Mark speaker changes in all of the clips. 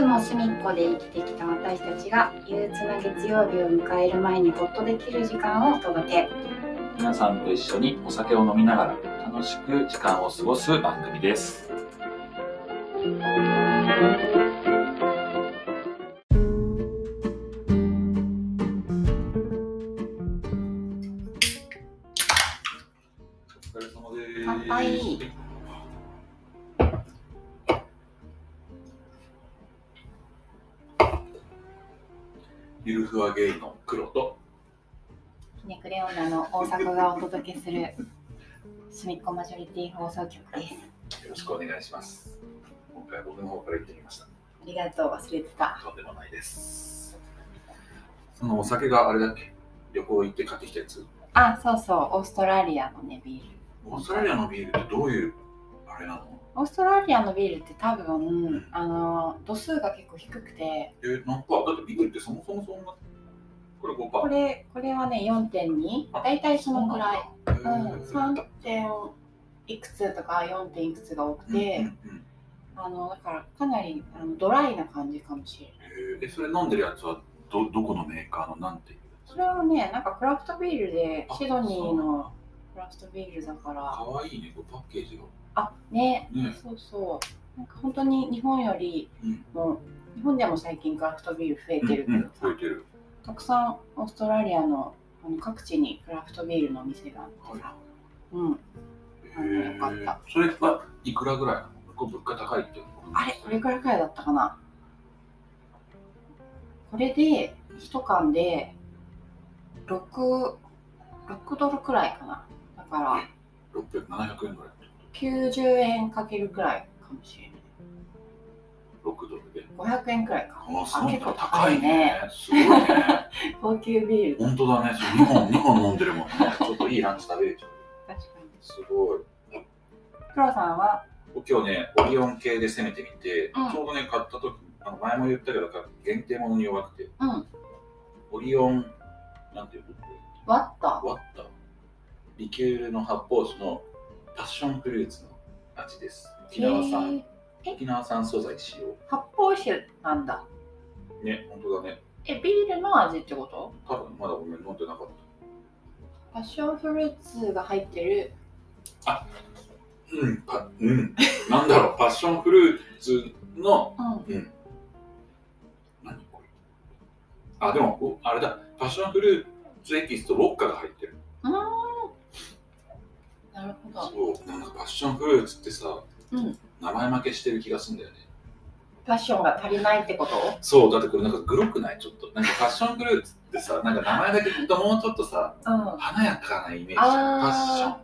Speaker 1: の隅っこで生きてきた私たちが憂鬱な月曜日を迎える前にほっとできる時間をお届け
Speaker 2: 皆さんと一緒にお酒を飲みながら楽しく時間を過ごす番組です。お疲れ様です。
Speaker 1: 乾杯
Speaker 2: ゆるふわゲイの黒と
Speaker 1: ひねくれ女の大阪がお届けする隅っこマジョリティ放送局です
Speaker 2: よろしくお願いします。今回僕の方から行ってきました。
Speaker 1: ありがとう忘れてた
Speaker 2: とんでもないです。そのお酒があれだっけ旅行行って買ってきたやつ。
Speaker 1: あそうそうオーストラリアのねビール
Speaker 2: オーストラリアのビールってどういうあれなの
Speaker 1: オーストラリアのビールって多分あの度数が結構低くて
Speaker 2: えー、なんかだってビールってそもそもそんな。これ5%。
Speaker 1: これこれはね4.2
Speaker 2: あ
Speaker 1: だいたいそのくらい、
Speaker 2: え
Speaker 1: う
Speaker 2: ー。
Speaker 1: ん、3点いくつとか4点いくつが多くて、
Speaker 2: うんうんうん
Speaker 1: あのだからかなりあのドライな感じかもしれない
Speaker 2: えーえそれ飲んでるやつはどどこのメーカーのなんていう
Speaker 1: それはねなんかクラフトビールで
Speaker 2: あ
Speaker 1: シドニー
Speaker 2: そうなん
Speaker 1: の
Speaker 2: だ
Speaker 1: クラフトビールだから
Speaker 2: かわいいねこうパッケージが。
Speaker 1: あね
Speaker 2: ね
Speaker 1: そうそうなんか本当に日本より
Speaker 2: うん
Speaker 1: も日本でも最近クラフトビール増えてる
Speaker 2: うんうん
Speaker 1: けど
Speaker 2: 増え
Speaker 1: さ
Speaker 2: てる。
Speaker 1: たくさんオーストラリアのあの各地にクラフトビールのお店があっ
Speaker 2: は
Speaker 1: て
Speaker 2: い
Speaker 1: さ、うん、あのよかった
Speaker 2: えーそれはいくらぐらいなのこれ物価高いって。
Speaker 1: あれこれくらいくらいだったかなこれで1缶で 6, 6ドルくらいかなだから
Speaker 2: 600、700円ぐらい。
Speaker 1: 90円かけるくらいかもしれ
Speaker 2: 6ドルで。
Speaker 1: ない500円くらいか
Speaker 2: あすごい
Speaker 1: 結構
Speaker 2: 高
Speaker 1: 高
Speaker 2: い
Speaker 1: いね
Speaker 2: ね。すごいね。
Speaker 1: 高級ビール
Speaker 2: 本当だね。そう二 本二本飲んでるもんね。ちょっといいランチ食べれちゃう。
Speaker 1: 確かに
Speaker 2: すごい。
Speaker 1: 黒さんは
Speaker 2: 今日ね、オリオン系で攻めてみて、
Speaker 1: うん
Speaker 2: ちょうどね、買った時、あの前も言ったけど、限定ものに弱くて、
Speaker 1: うん
Speaker 2: オリオン、なんていう
Speaker 1: 割った
Speaker 2: のワッタリキュールの発泡酒のパッションフルーツの味です。沖縄
Speaker 1: へ
Speaker 2: 産
Speaker 1: ー、
Speaker 2: 沖縄産素材使用。
Speaker 1: 発泡酒なんだ
Speaker 2: ね、本当だね。
Speaker 1: えビールの味ってこと
Speaker 2: 多分まだごめん、飲んでなかった。
Speaker 1: パッションフルーツが入ってる
Speaker 2: うん、パうん、なんだろう、パ ッションフルーツの、
Speaker 1: うん
Speaker 2: うん、何これ。あ、でも、おあれだ、パッションフルーツエキスとウォッカが入ってる。
Speaker 1: なるほど
Speaker 2: そう、なんかパッションフルーツってさ、
Speaker 1: うん
Speaker 2: 名前負けしてる気がするんだよね。
Speaker 1: パッションが足りないってこと
Speaker 2: そう、だってこれなんかグロくないちょっと。なんかパッションフルーツってさ、なんか名前だけ聞くともうちょっとさ、
Speaker 1: うん
Speaker 2: 華やかなイメージじゃん。パッション
Speaker 1: あ。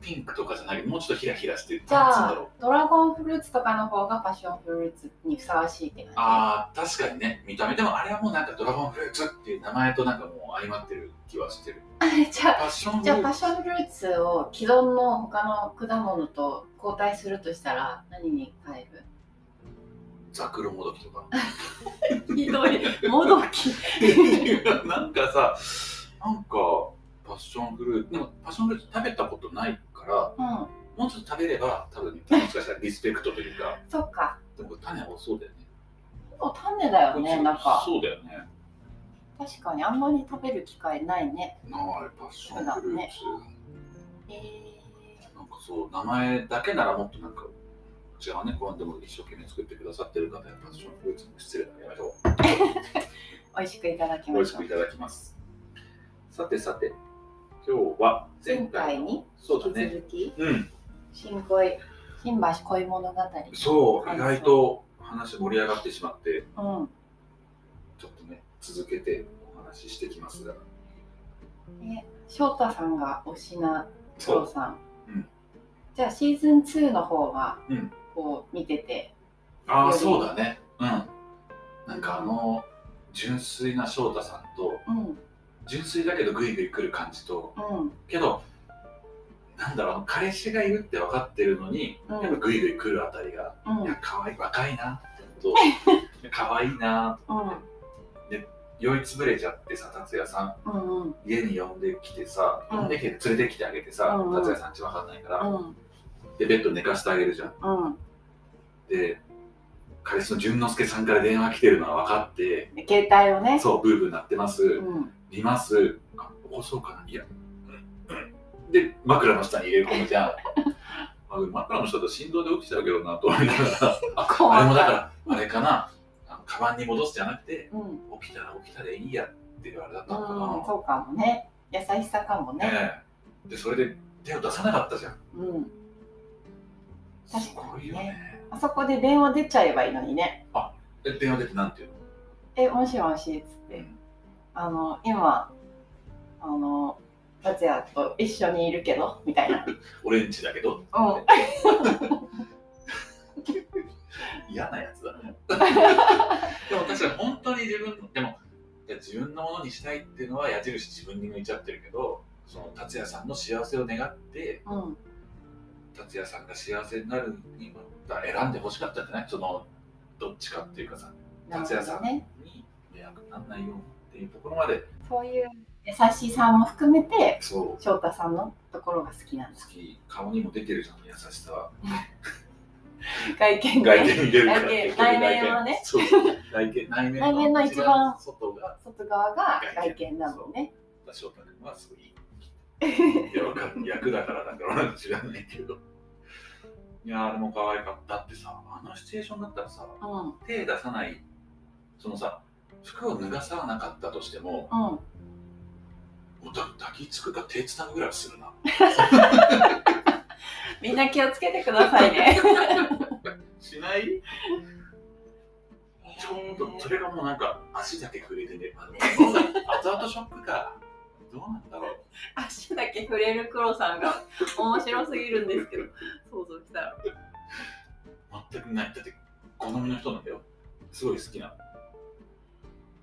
Speaker 2: ピンクとかじゃないもうちょっとヒラヒラしてる。
Speaker 1: じゃ
Speaker 2: なんつうんだろう
Speaker 1: あドラゴンフルーツとかの方がパッションフルーツにふさわしいって感
Speaker 2: ああ、確かにね、見た目でもあれはもうなんかドラゴンフルーツっていう名前となんかもう相まってる気はしてる。
Speaker 1: じじゃあ
Speaker 2: パッションフ
Speaker 1: じ
Speaker 2: ル
Speaker 1: ゃあパ
Speaker 2: ー
Speaker 1: ッションフルーツを既存の他の果物と交代するとしたら何に変える
Speaker 2: ツ、ザクロモドキとか。
Speaker 1: ひど い、もど き。
Speaker 2: なんかさ、なんかパッションフルーツ、でもパッションフルーツ食べたことないから、
Speaker 1: うん、
Speaker 2: もうちょっと食べれば多分、もしかしたらリスペクトというか、
Speaker 1: そっか。
Speaker 2: でもこれ種多そうだよね。
Speaker 1: お種だよね、なんか。
Speaker 2: そうだよね。
Speaker 1: 確かにあんまり食べる機会ないね。
Speaker 2: なあ、パッションフルーツ。
Speaker 1: え
Speaker 2: なんかそう、名前だけならもっとなんか、違うね、こうでも一生懸命作ってくださってる方やパッションフルーツに失礼だけど、
Speaker 1: ー、美味しくいただき
Speaker 2: 美
Speaker 1: ま
Speaker 2: 味
Speaker 1: し
Speaker 2: したくい。ただきます。さてさて、今日は前
Speaker 1: 前
Speaker 2: 回
Speaker 1: 回
Speaker 2: の、
Speaker 1: に
Speaker 2: そうだ
Speaker 1: 引き
Speaker 2: ね、
Speaker 1: 続き、
Speaker 2: うん、
Speaker 1: 新恋、新橋恋物語。
Speaker 2: そう、意外と話盛り上がってしまって、
Speaker 1: うん。
Speaker 2: ちょっとね、続けてお話ししてきますが、
Speaker 1: え、翔太さんが推しな翔さん。
Speaker 2: うん
Speaker 1: じゃあシーズン2の方は、
Speaker 2: うん
Speaker 1: こう見てて、
Speaker 2: あ
Speaker 1: よ
Speaker 2: あ、
Speaker 1: り
Speaker 2: そうだね、うん、なんかあの、純粋な翔太さんと、
Speaker 1: うん、
Speaker 2: 純粋だけどグイグイ来る感じと、
Speaker 1: うん、
Speaker 2: けどなんだろうあの彼氏がいるって分かってるのに、
Speaker 1: うん
Speaker 2: やっぱグイグイ来るあたりが、
Speaker 1: うん、
Speaker 2: いや可愛い若いなと可愛いな
Speaker 1: うん、
Speaker 2: 酔いつぶれちゃってさ達也さん
Speaker 1: うん、うん、
Speaker 2: 家に呼んできてさ
Speaker 1: うん
Speaker 2: 呼んできて連れてきてあげてさ、
Speaker 1: うんうん
Speaker 2: 達也さんち分かんないから、
Speaker 1: うん、
Speaker 2: でベッド寝かしてあげるじゃん
Speaker 1: うん、
Speaker 2: で彼氏の淳之介さんから電話来てるのは分かって、
Speaker 1: 携帯をね
Speaker 2: そう、ブーブーなってます、
Speaker 1: うん、
Speaker 2: 見ます、あ起こそうかな、いや、うんで、枕の下に入れ込む じゃん。あ枕の下と振動で起きちゃうけどなと思いながら、
Speaker 1: 怖い
Speaker 2: あれもだから、あれかな、あのカバンに戻すじゃなくて、
Speaker 1: うん、うん、
Speaker 2: 起きたら起きたでいいやっていうあれだったのかな。
Speaker 1: そうかもね優しさかもね、
Speaker 2: ねえでそれで手を出さなかったじゃん
Speaker 1: うん、
Speaker 2: すごいよね
Speaker 1: あそこで電話出ちゃえばいいのにね
Speaker 2: で電話出てなんていうの
Speaker 1: 「えもしもし」っつって「あの今あの達也と一緒にいるけど」みた いな「
Speaker 2: 俺んちだけど
Speaker 1: うん
Speaker 2: 嫌なやつだ ね でも確かに本当に自分のでもいや自分のものにしたいっていうのは矢印自分に向いちゃってるけどその達也さんの幸せを願って
Speaker 1: うん
Speaker 2: 達也さんが幸せになるには選んでほしかったんじゃないそのどっちかっていうかさ
Speaker 1: なる
Speaker 2: 達
Speaker 1: ほ
Speaker 2: 也さ
Speaker 1: ど
Speaker 2: ん
Speaker 1: ね
Speaker 2: に迷惑にならないようにっていうところまで
Speaker 1: そういう優しさも含めて
Speaker 2: そう
Speaker 1: 翔太さんのところが好きなんです
Speaker 2: 好き顔にも出てるじゃん優しさは
Speaker 1: 外見が
Speaker 2: 外見に出るから
Speaker 1: 外見
Speaker 2: 結局
Speaker 1: 内面はね
Speaker 2: そう内見内面
Speaker 1: 内面の一番
Speaker 2: 外が
Speaker 1: 外側が外見なのね
Speaker 2: 翔太君はすごいいやわかる役だからだからなんか知らないけどいやーでも可愛かっただってさあのシチュエーションだったらさ
Speaker 1: うん
Speaker 2: 手出さないそのさ服を脱がさなかったとしても
Speaker 1: うん
Speaker 2: もうだ抱きつくか手つなぐぐらいはするな
Speaker 1: みんな気をつけてくださいね
Speaker 2: しないちょっとそれがもうなんか足だけ触れてねあの後々ショックかどうなんだろう
Speaker 1: 足だけ触れる黒さんが面白すぎるんですけど想像したら
Speaker 2: 全くないだって好みの人なんだよすごい好きな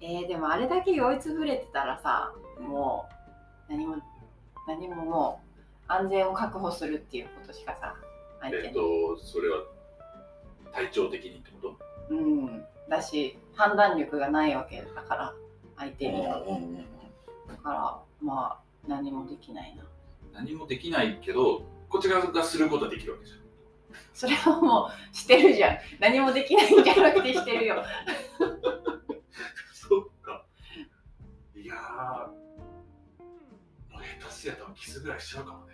Speaker 1: えー、でもあれだけ酔いつぶれてたらさもう何も何ももう安全を確保するっていうことしかさ相手
Speaker 2: えっ
Speaker 1: に、
Speaker 2: とそれは体調的にってこ
Speaker 1: う
Speaker 2: と
Speaker 1: んだし判断力がないわけだから相手には
Speaker 2: うんうんうん
Speaker 1: だからまあ何もできないな
Speaker 2: 何もできないけどこっち側がすることはできる わけじゃん
Speaker 1: それはもうしてるじゃん何もできないんじゃなくてしてるよ
Speaker 2: そっかいやーもう下手すりゃ多分キスぐらいしちゃうかもね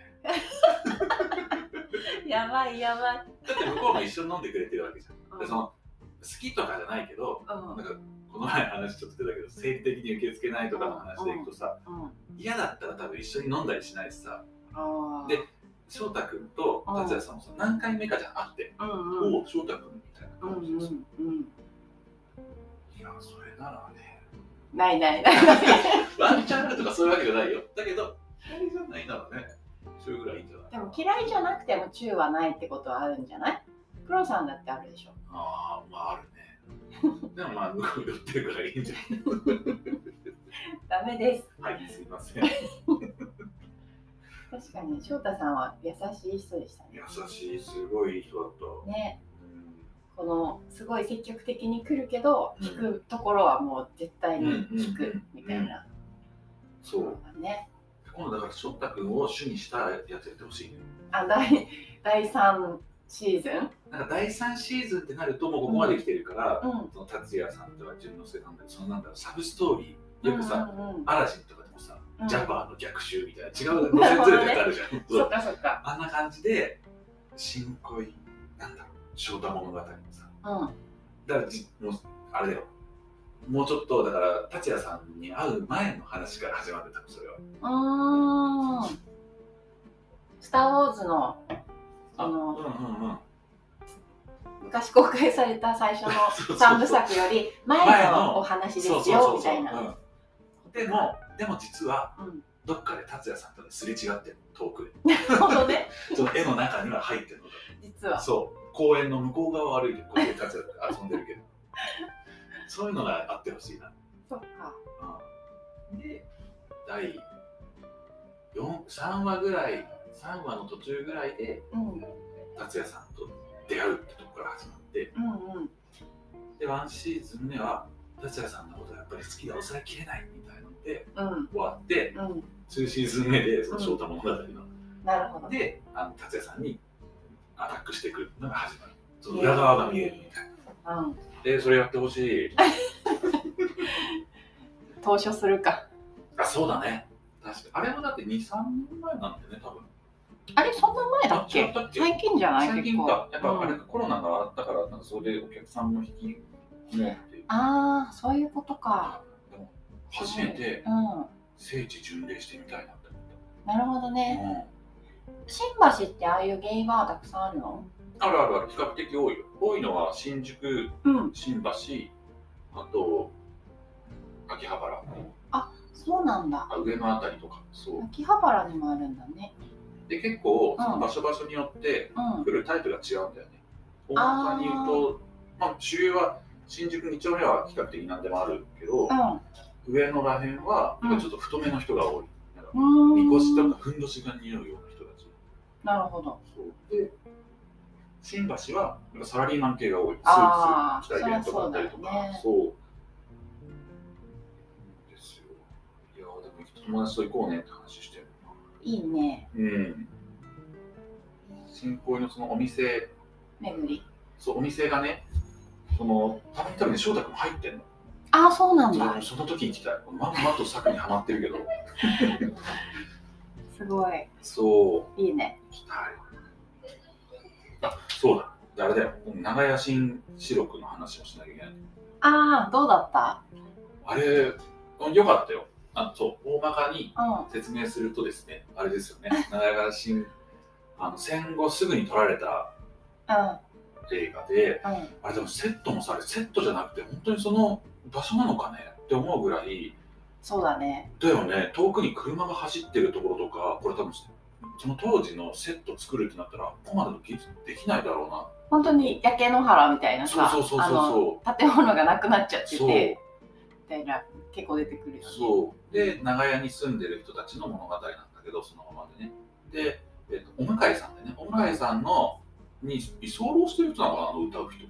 Speaker 1: やばいやばい、
Speaker 2: だって向こうも一緒に飲んでくれてるわけじゃん
Speaker 1: う
Speaker 2: で
Speaker 1: ん
Speaker 2: その好きとかじゃないけど
Speaker 1: うん
Speaker 2: なんかこの前話ちょっと出たけど生理的に受け付けないとかの話でいくとさ
Speaker 1: うん、
Speaker 2: 嫌だったら多分一緒に飲んだりしないしさ
Speaker 1: あー
Speaker 2: で翔太君と達也さんもさ、何回目かじゃん会って、
Speaker 1: うんうん
Speaker 2: おお翔太君みたいな
Speaker 1: うん
Speaker 2: 感じ
Speaker 1: う
Speaker 2: です、
Speaker 1: んうん
Speaker 2: いやそれならね
Speaker 1: ないないない ない
Speaker 2: ワンチャンあるとかそういうわけじゃないよだけど嫌いじゃないならねそれぐらいいいんじゃない
Speaker 1: でも嫌いじゃなくても中はないってことはあるんじゃない黒さんだってあるでしょ。
Speaker 2: ああまあある ねでもまあ向こう寄ってるからいいんじゃ
Speaker 1: ダメです。
Speaker 2: ないはいすいません優
Speaker 1: 確かに翔太さんは優しい人でしたね。
Speaker 2: しいすごいいい人だった、
Speaker 1: ね、
Speaker 2: う
Speaker 1: このすごい積極的に来るけど、
Speaker 2: うん
Speaker 1: 聞くところはもう絶対に聞
Speaker 2: うんうん
Speaker 1: くみたいな。
Speaker 2: ん、そう
Speaker 1: ね。
Speaker 2: 今度だから翔太君を主にしたやつやってほしいね
Speaker 1: あ、第第三シーズン。
Speaker 2: なんか第3シーズンってなるともうここまで来てるから、
Speaker 1: うん。
Speaker 2: その達也さんとか淳之介さんとかそのなんだろうサブストーリーよくさ、
Speaker 1: うんうんうん
Speaker 2: アラジンとかでもさ、
Speaker 1: うん
Speaker 2: ジャパーの逆襲みたい な違う路線ずれたやつあるじゃん、そ
Speaker 1: そっ
Speaker 2: う
Speaker 1: かそっか。
Speaker 2: あんな感じで新恋なんだろう翔太物語もさ
Speaker 1: う
Speaker 2: だからじもうあれだよもうちょっとだから達也さんに会う前の話から始まってたのそれは
Speaker 1: ん。うーん。スターウォーズのあの
Speaker 2: うんうんうん
Speaker 1: 昔公開された最初
Speaker 2: そうそう
Speaker 1: の三部作より前のお話です
Speaker 2: そうそう
Speaker 1: よ
Speaker 2: そう
Speaker 1: み
Speaker 2: そ
Speaker 1: た
Speaker 2: う、
Speaker 1: いな。
Speaker 2: うん、でもでも実は
Speaker 1: うん
Speaker 2: どっかで達也さんとですれ違ってる遠くで
Speaker 1: なるほどね、
Speaker 2: その絵の中には入ってるのが
Speaker 1: 実は。
Speaker 2: そう公園の向こう側を歩いてこういう感じで遊んでるけどそういうのがあってほしいな、
Speaker 1: そっか。
Speaker 2: うん、で第四3話ぐらい3話の途中ぐらいで
Speaker 1: うんうん
Speaker 2: 達也さんと出会うってとこから始まって
Speaker 1: うん。
Speaker 2: でワンシーズン目は達也さんのことがやっぱり好きで抑えきれないみたいなので
Speaker 1: うん
Speaker 2: 終わって
Speaker 1: うん。
Speaker 2: 2シーズン目でその翔太物語の、
Speaker 1: なるほど。
Speaker 2: であの達也さんにアタックしてくるのが始まるその裏側が見えるみたいな
Speaker 1: うん、
Speaker 2: でそれやってほしい
Speaker 1: 投書するか
Speaker 2: あそうだね確かあれもだって23年前なんだよね多分
Speaker 1: あれそんな前だっ
Speaker 2: あ違
Speaker 1: け
Speaker 2: ったっけ
Speaker 1: 最近じゃない
Speaker 2: 最近
Speaker 1: 結構
Speaker 2: かやっぱあれ
Speaker 1: うん
Speaker 2: コロナがあったからなんかそれでお客さんも引き込もうっていう
Speaker 1: ああそういうことか
Speaker 2: でも初めて
Speaker 1: うん
Speaker 2: 聖地巡礼してみたいなって思
Speaker 1: なるほどね
Speaker 2: った、
Speaker 1: 新橋ってああいうゲイバーたくさんあるの
Speaker 2: うん、あるあるある比較的多いよ多いのは新宿
Speaker 1: うん
Speaker 2: 新橋あと秋葉原
Speaker 1: そうなんだ
Speaker 2: あ上のあたりとかそう
Speaker 1: 秋葉原にもあるんだね
Speaker 2: で結構
Speaker 1: うん
Speaker 2: その場所場所によって
Speaker 1: うん
Speaker 2: 来るタイプが違うんだよね大まかに言うとまあ主流は新宿2丁目は比較的何でもあるけど、上のらへんは
Speaker 1: うん
Speaker 2: ちょっと太めの人が多い、なんか
Speaker 1: うん
Speaker 2: みこし
Speaker 1: うー
Speaker 2: と
Speaker 1: ん
Speaker 2: かふんどしが似合うような人たち
Speaker 1: なるほど
Speaker 2: そうで新橋はなんかサラリーマン系が多いスー
Speaker 1: あ
Speaker 2: ツ
Speaker 1: ー
Speaker 2: 着たイベントがあったりと
Speaker 1: そりゃそうだよ
Speaker 2: か
Speaker 1: ね
Speaker 2: そう,、ですよいやーでも友達と行こうねって話してる
Speaker 1: いいね
Speaker 2: うん新興のそのお店
Speaker 1: 巡り
Speaker 2: そうお店がねそのたまに多分ね翔太君入ってんの
Speaker 1: ああそうなん
Speaker 2: そ
Speaker 1: だ
Speaker 2: のその時に来たまんまと策にはまってるけど
Speaker 1: すごい
Speaker 2: そう
Speaker 1: いいね
Speaker 2: 来たいあそうだであれだよ長屋新四六の話をしなきゃいけない
Speaker 1: ああどうだった
Speaker 2: あれよかったよあそう大まかに
Speaker 1: うん
Speaker 2: 説明するとですねあれですよね長屋新あの戦後すぐに撮られた
Speaker 1: う
Speaker 2: 映画で
Speaker 1: んうん
Speaker 2: あれでもセットもさあれセットじゃなくて本当にその場所なのかねって思うぐらい
Speaker 1: そうだね
Speaker 2: だよね遠くに車が走ってるところとかこれ多分その当時のセット作るってなったらここまでの技術できないだろうな
Speaker 1: 本当に焼け野原みたいな
Speaker 2: そう
Speaker 1: さ
Speaker 2: そうそう
Speaker 1: あ
Speaker 2: そう
Speaker 1: の
Speaker 2: そう
Speaker 1: 建物がなくなっちゃって
Speaker 2: そう
Speaker 1: てみたいな結構出てくるよね
Speaker 2: そうで長屋に住んでる人たちの物語なんだけどそのままでねで、えっとお向かいさんでねお向かいさんのに居候してる人なのかなあの歌う人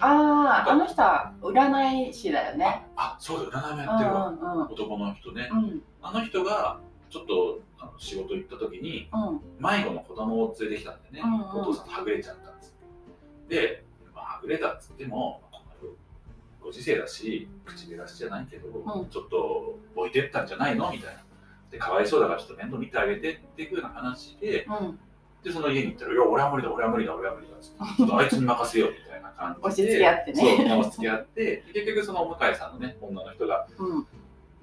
Speaker 1: あああの人は占い師だよね
Speaker 2: あそうだ占
Speaker 1: う
Speaker 2: いもやってるわ、
Speaker 1: んうん
Speaker 2: 男の人ね
Speaker 1: うんうん
Speaker 2: あの人がちょっとあの仕事行った時に
Speaker 1: うん
Speaker 2: 迷子の子供を連れてきたんだよ
Speaker 1: う
Speaker 2: ね、
Speaker 1: んうん
Speaker 2: お父さんとはぐれちゃったんですで、まあ、はぐれたっつってもこのご時世だし口で出しじゃないけど、
Speaker 1: うん
Speaker 2: ちょっと置いてったんじゃないのみたいなでかわいそうだからちょっと面倒見てあげてっていうふうな話で
Speaker 1: うん
Speaker 2: でその家に行ったら「いや俺は無理だ俺は無理だ俺は無理だ」っつって「ちょっとあいつに任せよう」みたいな感じ
Speaker 1: 押し
Speaker 2: で
Speaker 1: 付け合ってね
Speaker 2: そう押し付け合って結局そのお向かいさんのね女の人が
Speaker 1: うん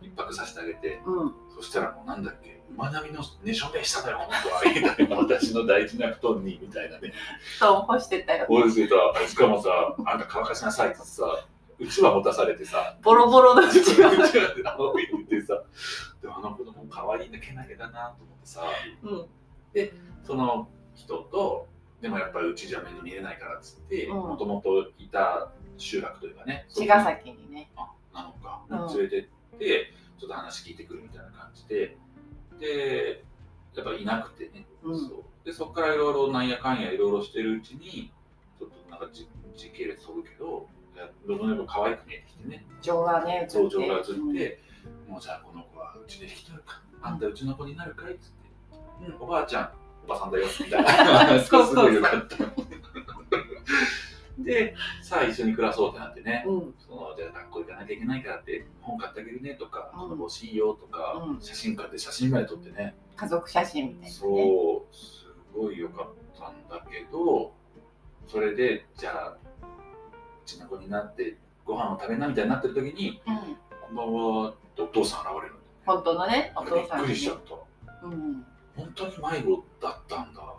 Speaker 2: 一泊させてあげて
Speaker 1: うん
Speaker 2: そしたらもうなんだっけ馬並みの寝署名したのよ本当はみたいな私の大事な布団にみたいなね
Speaker 1: そう干してたよ
Speaker 2: 大勢たしかもさあんた乾かしなさいってさうちわ持たされてさ
Speaker 1: ボロボロのう
Speaker 2: うち
Speaker 1: ち
Speaker 2: わ
Speaker 1: は
Speaker 2: って青いって言ってさでもあの子供可愛いんだけなげだなと思ってさ
Speaker 1: うん
Speaker 2: その人とでもやっぱりうちじゃ面倒見れないからっつって
Speaker 1: うん
Speaker 2: もともといた集落というかね
Speaker 1: 茅ヶ崎にね
Speaker 2: あなのか、
Speaker 1: うん
Speaker 2: 連れてってちょっと話聞いてくるみたいな感じででやっぱいなくてね、
Speaker 1: うん
Speaker 2: そうでそこからいろいろなんやかんやいろいろしてるうちにちょっとなんかじ時系列飛ぶけどいやどんどん可愛く見えてきてね
Speaker 1: 情がね映って
Speaker 2: 像状が映って、もうじゃあこの子はうちで引き取るかあんたうちの子になるかいっつって、うん、おばあちゃんおばさんだよみたい な
Speaker 1: そうそうそう
Speaker 2: すごいよかったでさあ一緒に暮らそうってなってね
Speaker 1: うんうん
Speaker 2: そのじゃあ学校行かなきゃいけないからって本買ってあげるねとか、
Speaker 1: うん
Speaker 2: この欲しいよとか、
Speaker 1: うん
Speaker 2: 写真館で写真まで撮ってね、
Speaker 1: 家族写真みたいなね
Speaker 2: そうすごい良かったんだけどそれでじゃあうちの子になってご飯を食べなみたいになってる時に
Speaker 1: うん
Speaker 2: 「こんばんは」ってお父さん現れるんだよね
Speaker 1: 本当のねお
Speaker 2: あれび
Speaker 1: 父
Speaker 2: っ
Speaker 1: さん
Speaker 2: く
Speaker 1: に
Speaker 2: りしち
Speaker 1: ね
Speaker 2: ゃった
Speaker 1: うん
Speaker 2: 本当に迷子だったんだ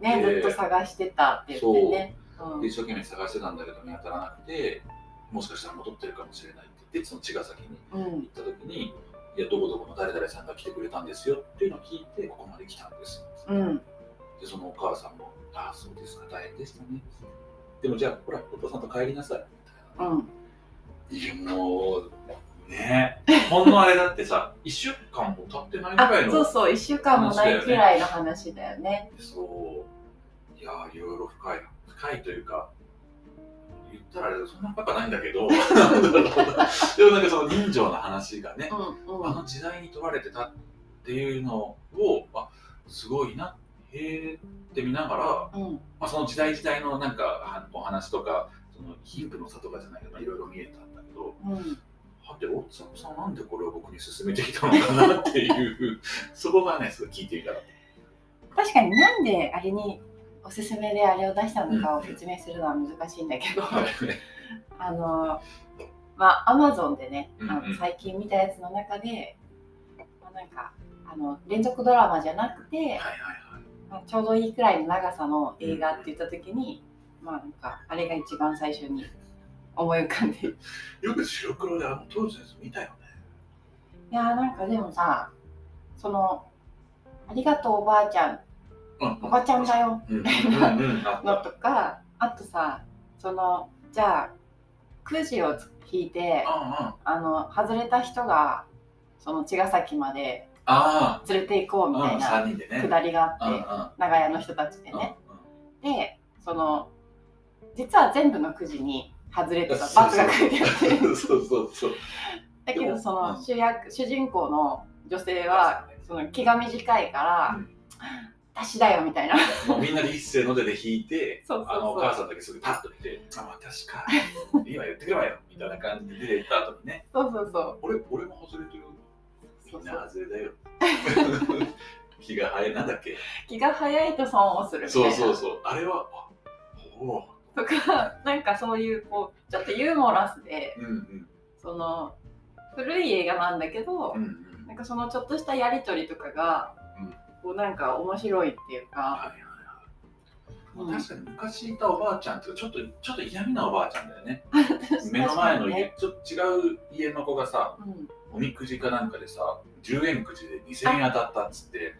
Speaker 1: ね
Speaker 2: で
Speaker 1: ずっと探してたって言ってねうん
Speaker 2: で一生懸命探してたんだけど見当たらなくてもしかしたら戻ってるかもしれないって言ってその茅ヶ崎に
Speaker 1: うん
Speaker 2: 行った時に「いやどこどこの誰々さんが来てくれたんですよ」っていうのを聞いてここまで来たんです、
Speaker 1: うん
Speaker 2: でそのお母さんも「ああそうですか大変でしたね」でもじゃあほらお父さんと帰りなさい」み
Speaker 1: う
Speaker 2: たいな、
Speaker 1: ん
Speaker 2: いやもうねえほんのあれだってさ1週間も経ってないぐ
Speaker 1: あ
Speaker 2: らいの
Speaker 1: そうそう1週間もないくらいの話だよね
Speaker 2: そういやーいろいろ深い深いというか言ったらあれだそんな深くはないんだ けどでもなんかその人情の話がね
Speaker 1: うんう
Speaker 2: あ
Speaker 1: ん
Speaker 2: の時代に撮られてたっていうのをあすごいなへえって見ながら、ま
Speaker 1: うん
Speaker 2: あ、その時代時代のなんかはお話とかその貧富の差とかじゃないけどいろいろ見えたんだけど
Speaker 1: うん
Speaker 2: はて大迫さんなんでこれを僕に勧めてきたのかなっていうそこがねすごい聞いていたら
Speaker 1: 確かになんであれにおすすめであれを出したのかを説明するのは難しいんだけど、あのまあアマゾンでね、あ
Speaker 2: うんう
Speaker 1: の
Speaker 2: ん
Speaker 1: 最近見たやつの中で、まあ、なんかあの連続ドラマじゃなくて、
Speaker 2: はい
Speaker 1: まあ、ちょうどいいくらいの長さの映画って言った時に、まあなんかあれが一番最初に思い浮かんでい
Speaker 2: よく白黒であの当時のやつ見たよね。
Speaker 1: やーなんかでもさその「ありがとうおばあちゃんおばちゃんだよ
Speaker 2: うんうんうんうんあ」
Speaker 1: のとかあとさそのじゃあくじを引いて
Speaker 2: あ
Speaker 1: あの外れた人がその茅ヶ崎まで
Speaker 2: あ
Speaker 1: 連れて行こうみたいな
Speaker 2: 3人でね。
Speaker 1: くだりがあって、
Speaker 2: っ
Speaker 1: 長屋の人たちでね。でその実は全部のくじに外れてた罰が書いてあって
Speaker 2: そうそうそう。
Speaker 1: だけどその
Speaker 2: うん
Speaker 1: 主役主人公の女性はその気が短いから
Speaker 2: うん
Speaker 1: 「私だよ」みたいな
Speaker 2: もうみんなで一斉の手で引いて、
Speaker 1: そう
Speaker 2: あのお
Speaker 1: そう
Speaker 2: 母さんだけすぐパッと見て、あ、私か、今言ってくればよ、みたいな感じで出て行った後にね、
Speaker 1: そうそうそうそう
Speaker 2: 俺俺も外れてるよ。
Speaker 1: そう
Speaker 2: み
Speaker 1: んそ
Speaker 2: な
Speaker 1: う
Speaker 2: 外れだよ。気が早い、なんだっけ
Speaker 1: 気が早いと損をするみたい
Speaker 2: そ
Speaker 1: な
Speaker 2: うそうそう。あれは、あおお。
Speaker 1: とかなんかそういうこうちょっとユーモラスで
Speaker 2: うんうん
Speaker 1: その古い映画なんだけど、
Speaker 2: うんうん。
Speaker 1: なんかそのちょっとしたやり取りとかが、
Speaker 2: うん
Speaker 1: こうなんか面白いっていう
Speaker 2: はい
Speaker 1: か、
Speaker 2: はいはい。
Speaker 1: うん
Speaker 2: 確かに昔いたおばあちゃんってちょっとちょっと嫌味なおばあちゃんだよね 目の
Speaker 1: 確か
Speaker 2: 前
Speaker 1: に
Speaker 2: の家
Speaker 1: ね
Speaker 2: ちょっと違う家の子がさ
Speaker 1: うん、
Speaker 2: おみくじかなんかでさ10円くじで2000円当たったっつって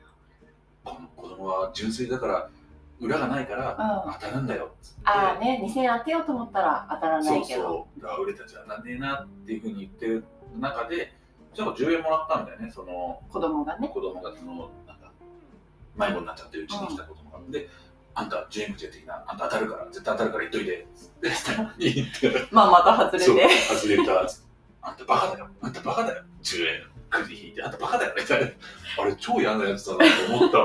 Speaker 2: この子供は純粋だから裏がないから
Speaker 1: あ
Speaker 2: 当たるんだよっつって
Speaker 1: あーね2000円当てようと思ったら当たらな
Speaker 2: そ
Speaker 1: いうけど
Speaker 2: そうだから俺たちはなんねえなっていうふうに言ってる中でじゃあ10円もらったんだよねその
Speaker 1: 子供がね
Speaker 2: 子供がそのなんか迷子になっちゃってうちに来た子供が、であんた10円くじやってきなあんた当たるから絶対当たるから言っといてつって 言って
Speaker 1: まあまた外れ
Speaker 2: そう
Speaker 1: て
Speaker 2: 外れた あんたバカだよあんたバカだよ10円くじ引いてあんたバカだよみたいなあれ超嫌なやつだなと思ったも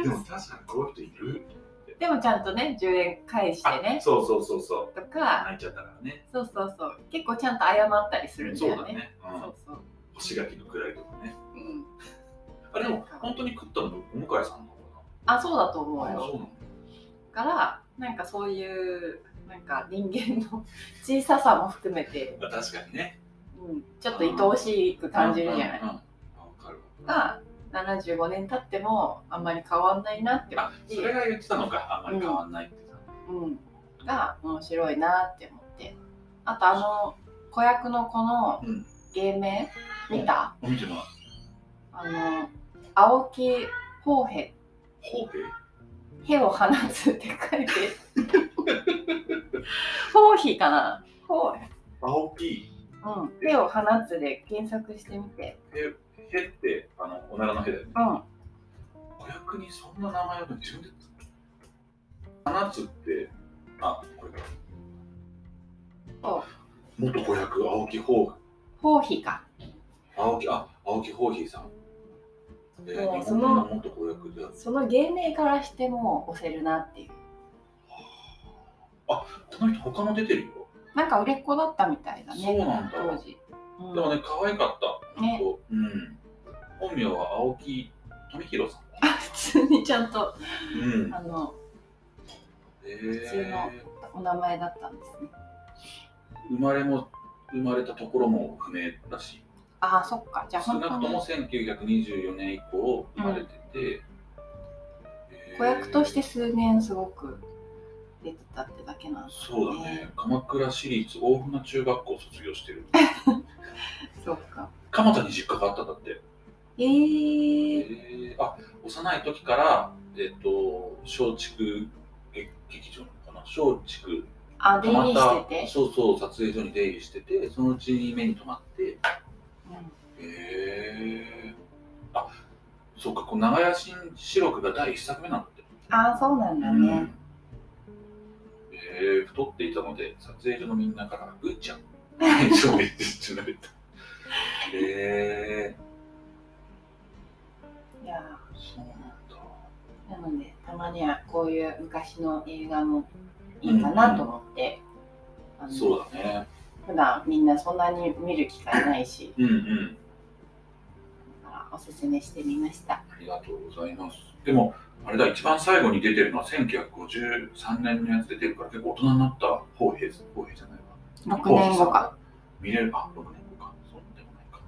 Speaker 2: ん でも確かにこういう人いる
Speaker 1: でもちゃんとね10円返して
Speaker 2: あ
Speaker 1: ね
Speaker 2: そうそうそうそう
Speaker 1: とか
Speaker 2: 泣いちゃったからね
Speaker 1: そうそうそう結構ちゃんと謝ったりするんだ
Speaker 2: そう
Speaker 1: よ
Speaker 2: だ
Speaker 1: ね
Speaker 2: ね、う
Speaker 1: そ
Speaker 2: ん
Speaker 1: うそう
Speaker 2: 干し柿のくらいとかね
Speaker 1: うん
Speaker 2: あれでも本当に食ったの向井さんの方
Speaker 1: あそうだと思う
Speaker 2: な
Speaker 1: よ
Speaker 2: のあそうなの
Speaker 1: だからなんかそういうなんか人間の小ささも含めて、
Speaker 2: まあ確かにね
Speaker 1: うん、ちょっと愛おしく感じるじゃない
Speaker 2: うんうんうんあわかるわ
Speaker 1: が75年経ってもあんまり変わんないなって思
Speaker 2: あ
Speaker 1: っ
Speaker 2: それ
Speaker 1: て、
Speaker 2: が言ってたのかあんまり変わんないってさ、
Speaker 1: うん、が面白いなって思ってあとあの子役の子の
Speaker 2: うん
Speaker 1: 芸名見た、
Speaker 2: お店の
Speaker 1: あの青木ホ平ヘ
Speaker 2: ホーペ
Speaker 1: ヘを放つって書 いてホーヒかなホ
Speaker 2: 青木
Speaker 1: うん、ヘを放つで検索してみて
Speaker 2: へってあのおならのへだよね
Speaker 1: うん
Speaker 2: 子役にそんな名前を自分で放つってあこれか
Speaker 1: そう
Speaker 2: 元子役青木ホー
Speaker 1: ホーヒか
Speaker 2: 青木あ青木ホーヒーさんえー
Speaker 1: もう
Speaker 2: 日
Speaker 1: そ
Speaker 2: 本
Speaker 1: の
Speaker 2: の元子役で
Speaker 1: その芸名からしても押せるなっていう
Speaker 2: この人他も出てるよ、
Speaker 1: なんか売れっ子だったみたいだね
Speaker 2: そうなんだ
Speaker 1: 当時、うん
Speaker 2: でもね可愛かった
Speaker 1: ね
Speaker 2: 本当うん本名は青木富弘さん
Speaker 1: あ普通にちゃんと
Speaker 2: うん
Speaker 1: あの
Speaker 2: え
Speaker 1: 通の
Speaker 2: ー、
Speaker 1: お名前だったんですね
Speaker 2: 生まれも生まれたところも不明だし
Speaker 1: ああそっかじゃあ
Speaker 2: 少
Speaker 1: 本
Speaker 2: な
Speaker 1: 当
Speaker 2: くと
Speaker 1: に
Speaker 2: も1924年以降生まれてて、えー
Speaker 1: 子役として数年すごく出てたってだけなんです
Speaker 2: そうだね鎌倉市立大船中学校を卒業してる
Speaker 1: そうか
Speaker 2: 蒲田に実家があったんだって、
Speaker 1: え
Speaker 2: え
Speaker 1: ー、
Speaker 2: ー、あ幼い時からえっ、と松竹劇場なのかな松竹
Speaker 1: あ出入りしてて、
Speaker 2: そうそう撮影所に出入りしててそのうちに目に留まって
Speaker 1: うん
Speaker 2: へえあそうかこう長屋新四六が第一作目なんだって
Speaker 1: ああそうなんだね、
Speaker 2: ええ太っていたので撮影所のみんなから「うーちゃん」超めっちゃなれたへえ
Speaker 1: いや
Speaker 2: そうなんだ
Speaker 1: ーなのでたまにはこういう昔の映画もいいかなと思って、あの
Speaker 2: そうだね。
Speaker 1: 普段みんなそんなに見る機会ないし
Speaker 2: うんうん。
Speaker 1: だからおすすめしてみました
Speaker 2: ありがとうございます。でも、あれだ、一番最後に出てるのは1953年のやつ出てるから、結構大人になった方平、方平じゃないわ。
Speaker 1: 6年後か。
Speaker 2: 見れるあ、6年後か。そうでもないか。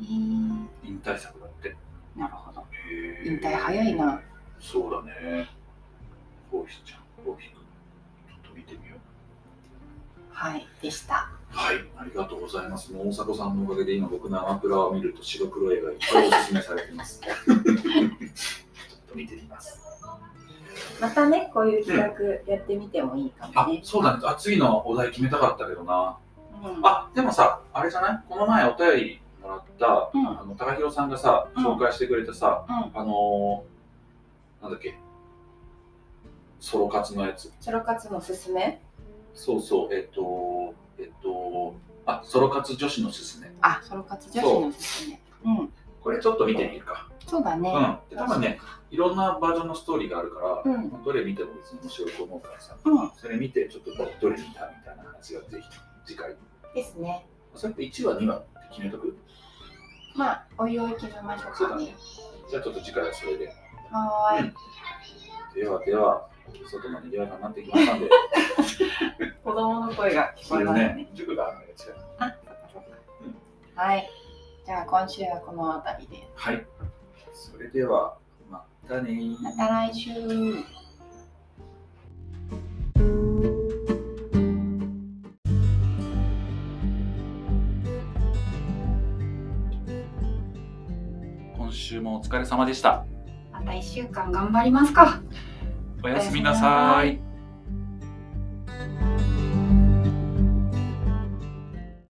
Speaker 1: へー
Speaker 2: 引退作だって。
Speaker 1: なるほど
Speaker 2: へー
Speaker 1: 引退早いな
Speaker 2: そうだね。方平ちゃん、方平君。ちょっと見てみよう。
Speaker 1: はいでした
Speaker 2: はい、ありがとうございます。もう大迫さんのおかげで今僕生プラを見ると白黒映画いっぱいおすすめされてます。ちょっと見てみます。
Speaker 1: またねこういう企画やってみてもいいか
Speaker 2: あ
Speaker 1: も、ね、
Speaker 2: そうだね。あ、次のお題決めたかったけどな。
Speaker 1: うん
Speaker 2: あ、でもさ、あれじゃないこの前お便りもらった、
Speaker 1: うん
Speaker 2: あの、高弘さんがさ、
Speaker 1: うん
Speaker 2: 紹介してくれたさ、
Speaker 1: うん
Speaker 2: あのーなんだっけ、ソロ活のやつ。
Speaker 1: ソロ活のおすすめ
Speaker 2: そうそう、えっ、と、えっ、と、あ、ソロ活女子のすすめ。
Speaker 1: あソロ活女子のおすすめうん
Speaker 2: これちょっと見てみるか。
Speaker 1: そうだね
Speaker 2: うん。で多分ね、いろんなバージョンのストーリーがあるから、
Speaker 1: うん
Speaker 2: どれ見ても別に面白いと思うからさ、
Speaker 1: うん
Speaker 2: それ見てちょっとどれ見たみたいな話はぜひ次回
Speaker 1: ですね
Speaker 2: それって1話2話って決めとく
Speaker 1: まあおいおい決めましょうかね
Speaker 2: じゃあちょっと次回はそれで
Speaker 1: はーい、
Speaker 2: ではでは外まで賑やかになってきま したんで
Speaker 1: 子供の声が聞こえますね
Speaker 2: 塾があるので違う
Speaker 1: はいじゃあ今週はこの辺りで
Speaker 2: はいそれではまたねー
Speaker 1: また来週
Speaker 2: 今週もお疲れ様でした
Speaker 3: また1週間頑張りますか
Speaker 2: お
Speaker 1: やすみなさーい